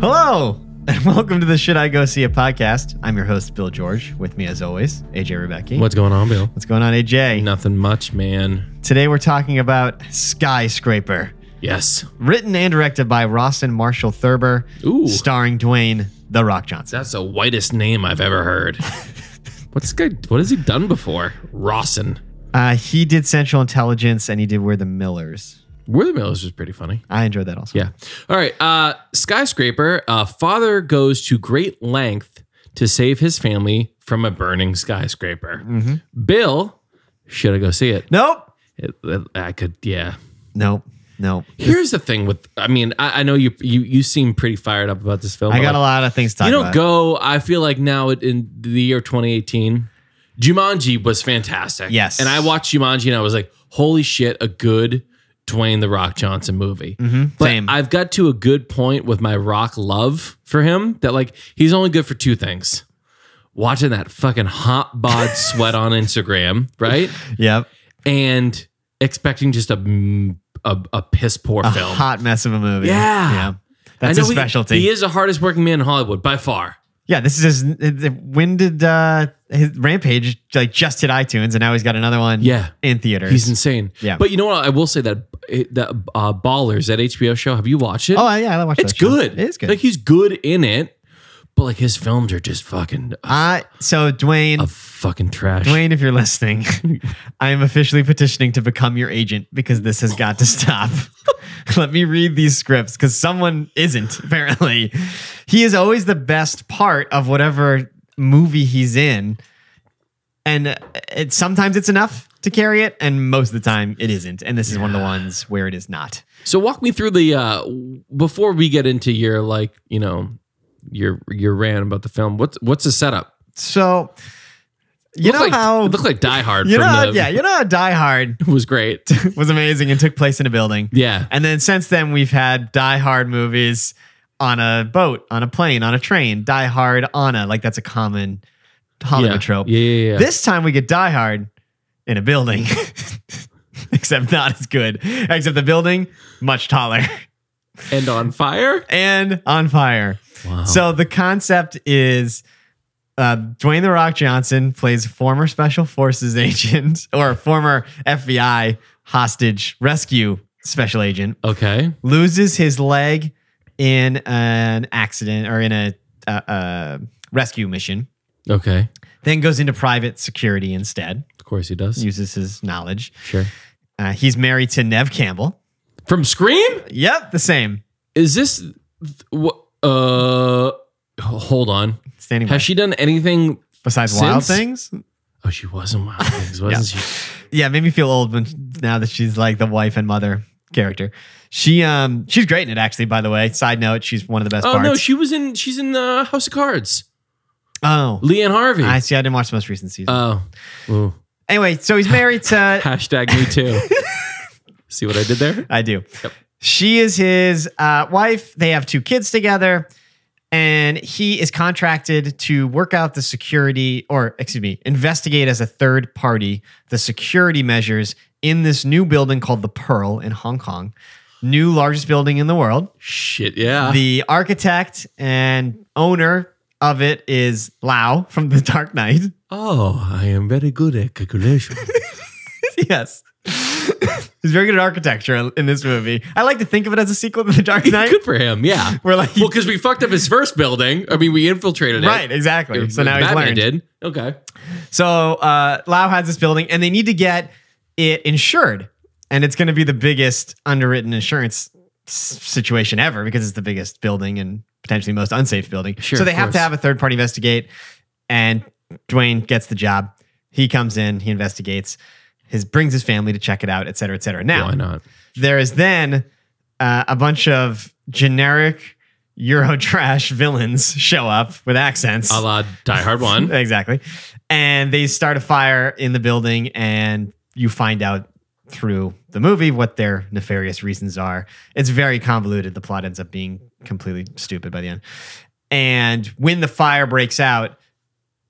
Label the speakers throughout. Speaker 1: Hello, and welcome to the Should I Go See a podcast. I'm your host, Bill George. With me, as always, AJ Rebecki.
Speaker 2: What's going on, Bill?
Speaker 1: What's going on, AJ?
Speaker 2: Nothing much, man.
Speaker 1: Today, we're talking about Skyscraper,
Speaker 2: Yes.
Speaker 1: written and directed by Ross and Marshall Thurber,
Speaker 2: Ooh.
Speaker 1: starring Dwayne The Rock Johnson.
Speaker 2: That's the whitest name I've ever heard. What's good? What has he done before? Rawson.
Speaker 1: Uh, he did Central Intelligence and he did We're the Millers.
Speaker 2: Where the Millers was pretty funny.
Speaker 1: I enjoyed that also.
Speaker 2: Yeah. All right. Uh, skyscraper. Uh, father goes to great length to save his family from a burning skyscraper. Mm-hmm. Bill, should I go see it?
Speaker 1: Nope.
Speaker 2: It- it- I could. Yeah.
Speaker 1: Nope. Nope.
Speaker 2: Here's the thing with. I mean, I, I know you. You you seem pretty fired up about this film.
Speaker 1: I
Speaker 2: but,
Speaker 1: got
Speaker 2: like,
Speaker 1: a lot of things to talk
Speaker 2: you don't
Speaker 1: about.
Speaker 2: go. I feel like now it- in the year 2018, Jumanji was fantastic.
Speaker 1: Yes.
Speaker 2: and I watched Jumanji and I was like, "Holy shit, a good Dwayne the Rock Johnson movie." But
Speaker 1: Mm-hmm. Same.
Speaker 2: I've got to a good point with my rock love for him that like he's only good for two things: watching that fucking hot bod sweat on Instagram, right,
Speaker 1: yep.
Speaker 2: and expecting just a mm, a, a piss poor
Speaker 1: A
Speaker 2: film.
Speaker 1: hot mess of a movie.
Speaker 2: Yeah.
Speaker 1: Yeah.
Speaker 2: I
Speaker 1: That's
Speaker 2: know
Speaker 1: his
Speaker 2: he-
Speaker 1: specialty.
Speaker 2: he is the hardest working man in Hollywood by far.
Speaker 1: Yeah, this is his. it- it- When did uh, his Rampage like just hit iTunes, and now he's got another one.
Speaker 2: Yeah.
Speaker 1: in theaters.
Speaker 2: He's insinsane.
Speaker 1: Yeah.
Speaker 2: But you know what? I will say that that uh, Ballers, that HBO show. Have you watched it?
Speaker 1: oh yeah, I watched.
Speaker 2: it's
Speaker 1: that show.
Speaker 2: good.
Speaker 1: It is good.
Speaker 2: Like he's good in it, but like his films are just fucking a
Speaker 1: uh, so Dwayne,
Speaker 2: fucking trash.
Speaker 1: Dwayne, if you're listening, I am officially petitioning to become your agent because this has got to stop. Let me read these scripts because someone isn't apparently. He is always the best part of whatever movie he's in, and uh, it, sometimes it's enough to carry it, and most of the time it isn't. And this is one of the ones where it is not.
Speaker 2: So walk me through the uh before we get into your like you know your your rant about the film. What's what's the setup?
Speaker 1: So you know
Speaker 2: Looked like,
Speaker 1: how
Speaker 2: it looked like Die Hard.
Speaker 1: you know
Speaker 2: from
Speaker 1: how,
Speaker 2: the,
Speaker 1: yeah, you know how Die Hard
Speaker 2: was great.
Speaker 1: was amazing and took place in a building.
Speaker 2: Yeah,
Speaker 1: And then since then we've had Die Hard movies on a boat, on a plane, on a train, Die Hard on a like that's a common Hollywood
Speaker 2: yeah.
Speaker 1: trope.
Speaker 2: Yeah, yeah, yeah.
Speaker 1: This time we get Die Hard in a building. Except not as good. Except the building much taller
Speaker 2: and on fire.
Speaker 1: and on fire.
Speaker 2: Wow.
Speaker 1: So the concept is uh, Dwayne the Rock Johnson plays former Special Forces agent or former FBI hostage rescue special agent,
Speaker 2: okay.
Speaker 1: loses his leg in an accident or in a uh, uh, rescue mission,
Speaker 2: Okay.
Speaker 1: then goes into private security instead,
Speaker 2: Of course he does.
Speaker 1: uses his knowledge.
Speaker 2: sure.
Speaker 1: Uh, he's married to Nev Campbell.
Speaker 2: From Scream.
Speaker 1: Yep, the same.
Speaker 2: is this th- wh- uh hold on
Speaker 1: Standing by.
Speaker 2: has she done anything
Speaker 1: Besides Wild
Speaker 2: since-
Speaker 1: Things,
Speaker 2: oh she was in wild things wasn't she
Speaker 1: yeah, it made me feel old when now that she's like the wife and mother character. She um she's great in it actually. By the way, side note, she's one of the best
Speaker 2: oh
Speaker 1: parts.
Speaker 2: no she was in she's in uh, house of cards
Speaker 1: oh,
Speaker 2: leanne harvey
Speaker 1: I see. I didn't watch the most recent season.
Speaker 2: oh Ooh.
Speaker 1: anyway, so he's married to.
Speaker 2: hashtag me too see what i did there
Speaker 1: I do.
Speaker 2: Yep.
Speaker 1: She is his uh, wife. They have two kids together, and he is contracted to work out the security, or excuse me, investigate as a third party the security measures in this new building called the Pearl in Hong Kong, new largest building in the world.
Speaker 2: shit yeah
Speaker 1: the architect and owner of it is Lao from The Dark Knight.
Speaker 2: oh i am very good at calculation
Speaker 1: yes. He's very good at architecture in this movie. I like to think of it as a sequel to The Dark Knight.
Speaker 2: good for him yeah
Speaker 1: We're like,
Speaker 2: well because we fucked up his first building i mean we infiltrated it
Speaker 1: right, exactly. So now he's
Speaker 2: Batman
Speaker 1: learned.
Speaker 2: did okay
Speaker 1: So uh, Lao has this building, and they need to get it insured, and it's going to be the biggest underwritten insurance s- situation ever because it's the biggest building and potentially most unsafe building.
Speaker 2: Sure,
Speaker 1: so they
Speaker 2: of
Speaker 1: have to
Speaker 2: course.
Speaker 1: have a third party investigate, and Dwayne gets the job. He comes in, he investigates, his brings his family to check it out, et cetera, et cetera. Now
Speaker 2: why not
Speaker 1: there is then uh, a bunch of generic Euro trash villains show up with accents.
Speaker 2: a la die hard one
Speaker 1: Exactly. And they start a fire in the building, and you find out through the movie what their nefarious reasons are. It's very convoluted. The plot ends up being completely stupid by the end. And when the fire breaks out,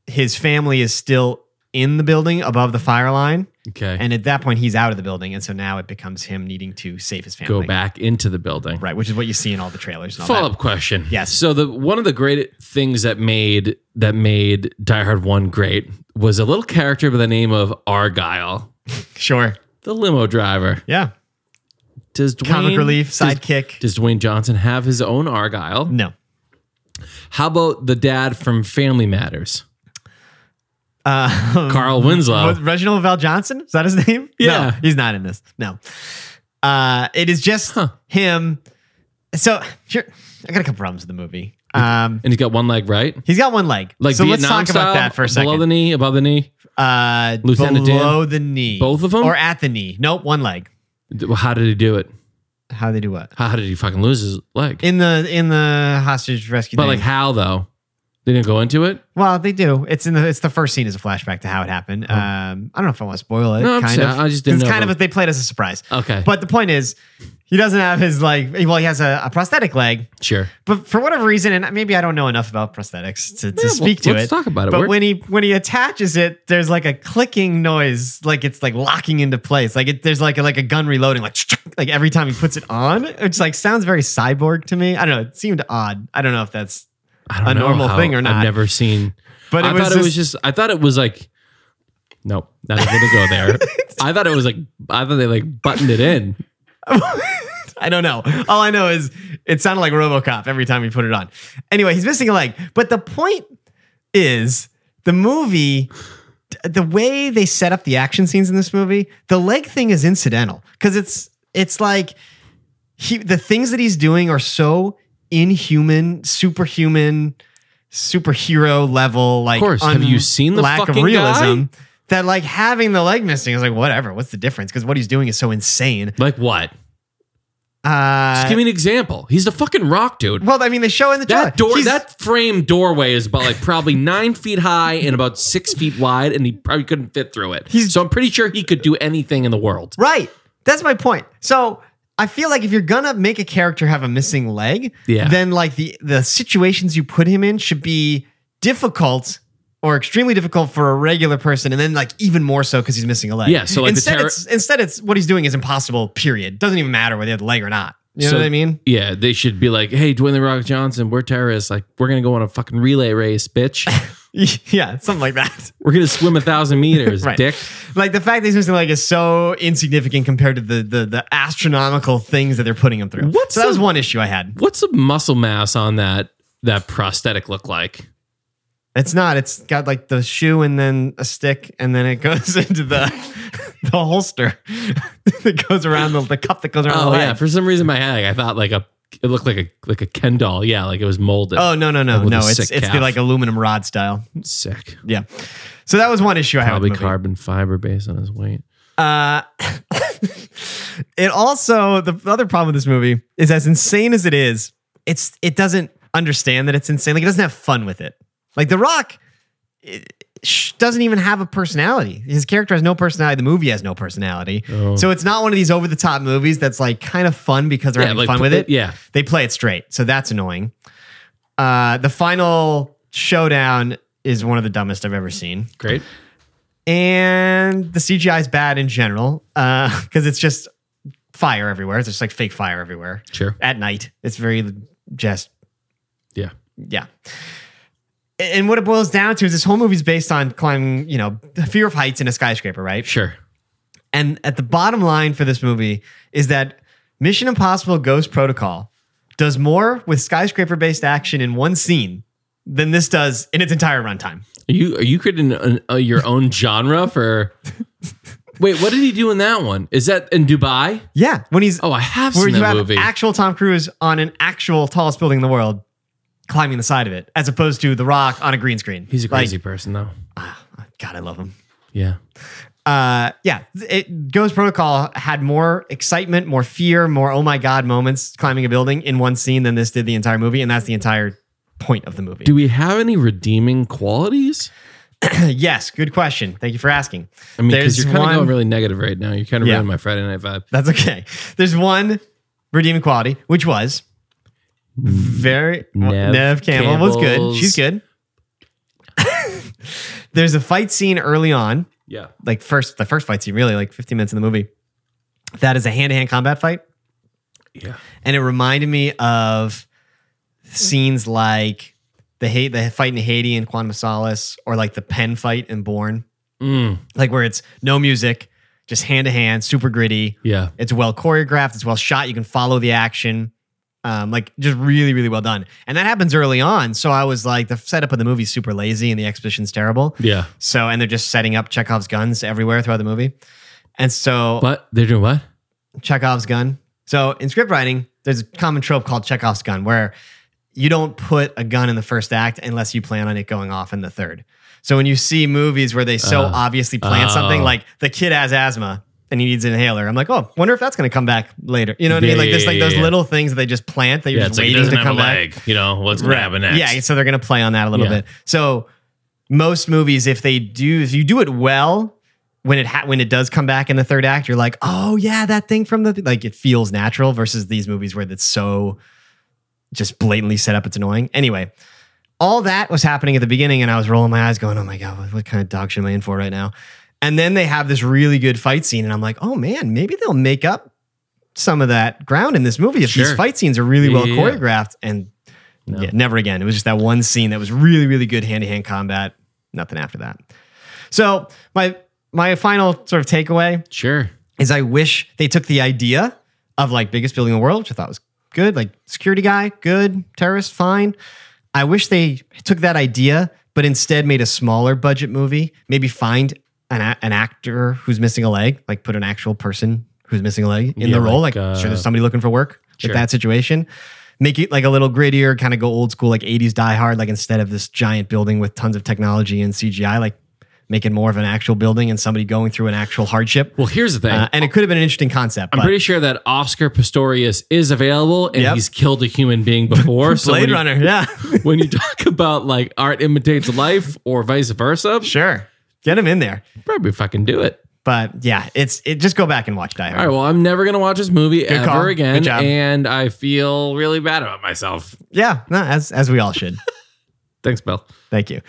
Speaker 1: his family is still in the building above the fire line.
Speaker 2: Okay.
Speaker 1: And at that point, he's out of the building. And so now it becomes him needing to save his
Speaker 2: Go
Speaker 1: family.
Speaker 2: back into the building.
Speaker 1: Right, which is what you see in all the trailers. And all
Speaker 2: Follow
Speaker 1: that.
Speaker 2: up question.
Speaker 1: Yes.
Speaker 2: So the one of the great things that made that made Die Hard One great was a little character by the name of Argyle,
Speaker 1: Sure.
Speaker 2: the limo driver.
Speaker 1: Yeah.
Speaker 2: Does Dwayne
Speaker 1: Comic relief,
Speaker 2: does-
Speaker 1: sidekick.
Speaker 2: Does, Dwayne Johnson have his own Argyle?
Speaker 1: No.
Speaker 2: How about the dad from Family Matters,
Speaker 1: Uh,
Speaker 2: Carl Winslow?
Speaker 1: was Reginald Val Johnson? Is that his name? No,
Speaker 2: Yeah.
Speaker 1: he's not in this. No. Uh, it is just
Speaker 2: Huh.
Speaker 1: him. So here, I got a couple problems with the movie. Um,
Speaker 2: and he's got one leg, right?
Speaker 1: he's got one leg.
Speaker 2: Like
Speaker 1: so
Speaker 2: Vietnam
Speaker 1: let's talk
Speaker 2: style,
Speaker 1: about that for a
Speaker 2: Below the
Speaker 1: second.
Speaker 2: knee, above the knee.
Speaker 1: Uh,
Speaker 2: Lieutenant Dan?
Speaker 1: below the knee.
Speaker 2: Both of 'em?
Speaker 1: Or at the knee. Nope, one leg.
Speaker 2: How did he do it?
Speaker 1: How they do what?
Speaker 2: How, how did he fucking lose his leg?
Speaker 1: In the in the hostage rescue.
Speaker 2: but
Speaker 1: thing.
Speaker 2: like how though? They didn't go into it.
Speaker 1: well, they do. It's in the it's the first scene is a flashback to how it happened. Um, I don't know if I want to spoil it.
Speaker 2: Oh. No, I'm
Speaker 1: kind
Speaker 2: sorry.
Speaker 1: of.
Speaker 2: I just didn't
Speaker 1: It's
Speaker 2: know Oh.
Speaker 1: kind
Speaker 2: if
Speaker 1: of they played as a surprise.
Speaker 2: Okay.
Speaker 1: But the point is, he doesn't have his like. Well, he has a, a prosthetic leg,
Speaker 2: sure.
Speaker 1: but for whatever reason, and maybe I don't know enough about prosthetics to, to
Speaker 2: Yeah, well,
Speaker 1: speak to
Speaker 2: let's
Speaker 1: it.
Speaker 2: talk about it.
Speaker 1: But
Speaker 2: We're-
Speaker 1: when he when he attaches it, there's like a clicking noise, like it's like locking into place. Like it, there's like a, like a gun reloading, like like every time he puts it on. It's like sounds very cyborg to me. I don't know. It seemed odd. I don't know if that's.
Speaker 2: I don't
Speaker 1: a
Speaker 2: know
Speaker 1: normal
Speaker 2: how-
Speaker 1: thing or
Speaker 2: I've
Speaker 1: not.
Speaker 2: never seen.
Speaker 1: But it
Speaker 2: I
Speaker 1: was
Speaker 2: thought
Speaker 1: just,
Speaker 2: it was just. I thought it was like. Nope, not even gonna go there. I thought it was like. I thought they like buttoned it in.
Speaker 1: I don't know. All I know is it sounded like RoboCop every time he put it on. Anyway, he's missing a leg. But the point is, the movie, the way they set up the action scenes in this movie, the leg thing is incidental because it's it's like he the things that he's doing are so inhuman, superhuman, superhero level. Like,
Speaker 2: course. Have you seen the
Speaker 1: lack of
Speaker 2: fucking
Speaker 1: realism?
Speaker 2: guy?
Speaker 1: That like having the leg missing is like whatever. What's the difference? Because what he's doing is so insane.
Speaker 2: Like what?
Speaker 1: Uh,
Speaker 2: Just give me an example. He's the fucking rock dude.
Speaker 1: Well, I mean, they show in the trailer.
Speaker 2: That door,
Speaker 1: He's-
Speaker 2: that frame doorway is about like probably nine feet high and about six feet wide, and he probably couldn't fit through it.
Speaker 1: He's-
Speaker 2: so I'm pretty sure he could do anything in the world.
Speaker 1: right. That's my point. So I feel like if you're gonna make a character have a missing leg,
Speaker 2: Yeah.
Speaker 1: then like the the situations you put him in should be difficult or extremely difficult for a regular person, and then like even more so because he's missing a leg.
Speaker 2: Yeah, so, like, the
Speaker 1: instead,
Speaker 2: terror-
Speaker 1: it's, instead, it's what he's doing is impossible. Period. Doesn't even matter whether he had a leg or not. You know
Speaker 2: So-
Speaker 1: what I mean?
Speaker 2: Yeah, they should be like, "Hey, Dwayne the Rock Johnson, we're terrorists. Like, we're gonna go on a fucking relay race, bitch.
Speaker 1: yeah, something like that.
Speaker 2: We're gonna swim a thousand meters,
Speaker 1: Right.
Speaker 2: dick."
Speaker 1: Like the fact that he's missing a leg is so insignificant compared to the the, the astronomical things that they're putting him through.
Speaker 2: What's
Speaker 1: so that
Speaker 2: the-
Speaker 1: was one issue I had.
Speaker 2: What's the muscle mass on that that prosthetic look like?
Speaker 1: It's not. It's got like the shoe and then a stick, and then it goes into the the holster that goes around the, the cup that goes around
Speaker 2: Oh
Speaker 1: the
Speaker 2: yeah,
Speaker 1: leg.
Speaker 2: for some reason in my head, like, I thought like a it looked like a like a Ken doll. Yeah, like it was molded.
Speaker 1: Oh no no no
Speaker 2: With a
Speaker 1: no! It's
Speaker 2: sick
Speaker 1: it's the
Speaker 2: calf.
Speaker 1: like aluminum rod style.
Speaker 2: sick.
Speaker 1: Yeah. So that was one issue I had.
Speaker 2: Probably
Speaker 1: With the movie.
Speaker 2: carbon fiber based on his weight.
Speaker 1: Uh, it also the other problem with this movie is as insane as it is, it's it doesn't understand that it's insane. Like it doesn't have fun with it. Like The Rock it, sh- doesn't even have a personality. His character has no personality. The movie has no personality.
Speaker 2: Oh.
Speaker 1: So it's not one of these over the top movies that's like kind of fun because they're having
Speaker 2: like,
Speaker 1: fun with it.
Speaker 2: Yeah,
Speaker 1: They play it straight. So that's annoying. Uh, the final showdown is one of the dumbest I've ever seen
Speaker 2: great.
Speaker 1: and the CGI is bad in general because it's just fire everywhere. It's just like fake fire everywhere
Speaker 2: Sure.
Speaker 1: at night. It's very just
Speaker 2: Yeah.
Speaker 1: yeah. And what it boils down to is this whole movie's based on climbing, you know, the fear of heights in a skyscraper, right?
Speaker 2: Sure.
Speaker 1: And at the bottom line for this movie is that Mission Impossible Ghost Protocol does more with skyscraper based action in one scene than this does in its entire runtime.
Speaker 2: Are you are you creating an, uh, your own genre for? Wait, what did he do in that one? Is that in Dubai?
Speaker 1: Yeah. When he's
Speaker 2: Oh, I have
Speaker 1: where
Speaker 2: seen
Speaker 1: you
Speaker 2: that
Speaker 1: have
Speaker 2: movie.
Speaker 1: actual Tom Cruise on an actual tallest building in the world climbing the side of it, as opposed to The Rock on a green screen.
Speaker 2: He's a
Speaker 1: Like,
Speaker 2: crazy person, though.
Speaker 1: God, I love him.
Speaker 2: Yeah.
Speaker 1: Uh, yeah, it Ghost Protocol had more excitement, more fear, more oh my god moments climbing a building in one scene than this did the entire movie, and that's the entire point of the movie.
Speaker 2: Do we have any redeeming qualities?
Speaker 1: yes, good question. Thank you for asking.
Speaker 2: I mean,
Speaker 1: There's
Speaker 2: because you're kind
Speaker 1: one-
Speaker 2: of going really negative right now. You're kind of
Speaker 1: Yeah.
Speaker 2: ruining my Friday night vibe.
Speaker 1: That's okay. There's one redeeming quality, which was very
Speaker 2: Nev
Speaker 1: Nev Campbell was good.
Speaker 2: Campbell's-
Speaker 1: She's good. There's a fight scene early on,
Speaker 2: Yeah.
Speaker 1: like first the first fight scene, really, like 15 minutes in the movie. That is a hand-to-hand combat fight.
Speaker 2: Yeah.
Speaker 1: and it reminded me of scenes like the hate the fight in Haiti in Quantum of Solace, or like the pen fight in Born,
Speaker 2: Mm.
Speaker 1: like where it's no music, just hand to hand, super gritty.
Speaker 2: Yeah.
Speaker 1: It's well choreographed, it's well shot. You can follow the action, um, like just really, really well done. And that happens early on. So I was like, the setup of the movie's super lazy, and the exposition's terrible.
Speaker 2: Yeah.
Speaker 1: So and they're just setting up Chekhov's guns everywhere throughout the movie, and so
Speaker 2: But they're doing what?
Speaker 1: Chekhov's gun. So in script writing, there's a common trope called Chekhov's gun, where you don't put a gun in the first act unless you plan on it going off in the third. So when you see movies where they so
Speaker 2: Uh,
Speaker 1: obviously plan something,
Speaker 2: oh.
Speaker 1: like the kid has asthma and he needs an inhaler, I'm like, oh, wonder if that's going to come back later. You know what I
Speaker 2: Yeah,
Speaker 1: mean? Like
Speaker 2: yeah,
Speaker 1: there's like
Speaker 2: yeah,
Speaker 1: those
Speaker 2: yeah.
Speaker 1: little things that they just plant that you're
Speaker 2: Yeah. It's
Speaker 1: just
Speaker 2: like he
Speaker 1: waiting
Speaker 2: doesn't
Speaker 1: to
Speaker 2: have a
Speaker 1: come back.
Speaker 2: leg. You know what's gonna happen next?
Speaker 1: Yeah, so they're gonna play on that a little
Speaker 2: Yeah.
Speaker 1: bit. So most movies, if they do, if you do it well, when it ha- when it does come back in the third act, you're like, oh yeah, that thing from the like it feels natural versus these movies where it's so just blatantly set up. It's annoying. Anyway, all that was happening at the beginning, and I was rolling my eyes, going, oh my god, what, what kind of dog shit am I in for right now? And then they have this really good fight scene, and I'm like, oh man, maybe they'll make up some of that ground in this movie if these
Speaker 2: Sure.
Speaker 1: fight scenes are really well
Speaker 2: Yeah.
Speaker 1: choreographed. And
Speaker 2: No.
Speaker 1: yeah, never again. It was just that one scene that was really, really good hand to hand combat. Nothing after that. So my my final sort of takeaway
Speaker 2: Sure.
Speaker 1: is I wish they took the idea of like biggest building in the world, which I thought was good, like security guy, good, terrorist, fine. I wish they took that idea, but instead made a smaller budget movie. Maybe find an, a- an actor who's missing a leg, like put an actual person who's missing a leg in
Speaker 2: Yeah,
Speaker 1: the role. Like,
Speaker 2: like, uh,
Speaker 1: sure, there's somebody looking for work
Speaker 2: Sure.
Speaker 1: with that situation. Make it like a little grittier, kind of go old school, like 80s Die Hard, like instead of this giant building with tons of technology and CGI, like make it more of an actual building and somebody going through an actual hardship.
Speaker 2: Well, here's the thing.
Speaker 1: Uh, and it could have been an interesting concept.
Speaker 2: I'm
Speaker 1: but
Speaker 2: pretty sure that Oscar Pistorius is available, and
Speaker 1: Yep.
Speaker 2: he's killed a human being before. so
Speaker 1: Blade
Speaker 2: when you-
Speaker 1: Runner, yeah,
Speaker 2: when you talk about like art imitates life or vice versa,
Speaker 1: sure, get him in there.
Speaker 2: probably fucking do it.
Speaker 1: But yeah, it's it. Just go back and watch Die Hard.
Speaker 2: All right, well, I'm never gonna watch this movie ever
Speaker 1: call. Good
Speaker 2: again,
Speaker 1: job.
Speaker 2: and I feel really bad about myself.
Speaker 1: Yeah, no, as as we all should.
Speaker 2: Thanks, Bill.
Speaker 1: Thank you.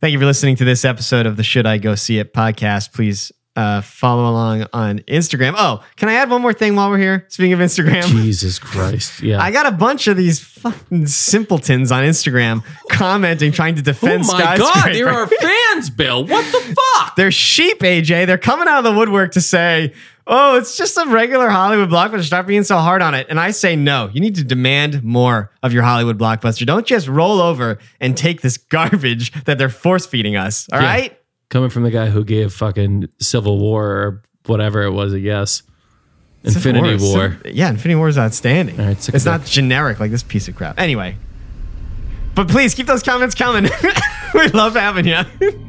Speaker 1: Thank you for listening to this episode of the Should I Go See It podcast. Please uh, follow along on Instagram. Oh, can I add one more thing while we're here? Speaking of Instagram,
Speaker 2: Jesus Christ, yeah.
Speaker 1: I got a bunch of these fucking simpletons on Instagram commenting, trying to
Speaker 2: oh
Speaker 1: defend
Speaker 2: my God,
Speaker 1: Skyscraper.
Speaker 2: there are fans, Bill. What the fuck?
Speaker 1: They're sheep, AJ. They're coming out of the woodwork to say, oh, it's just a regular Hollywood blockbuster. Stop being so hard on it. And I say, no, you need to demand more of your Hollywood blockbuster. Don't just roll over and take this garbage that they're force feeding us. All
Speaker 2: Yeah.
Speaker 1: right?
Speaker 2: Coming from the guy who gave fucking Civil War or whatever it was, I guess. Infinity
Speaker 1: It's a
Speaker 2: War.
Speaker 1: It's a- yeah, Infinity War is outstanding.
Speaker 2: All right, sick
Speaker 1: it's
Speaker 2: of
Speaker 1: not generic like this piece of crap. Anyway, but please keep those comments coming. we love having you.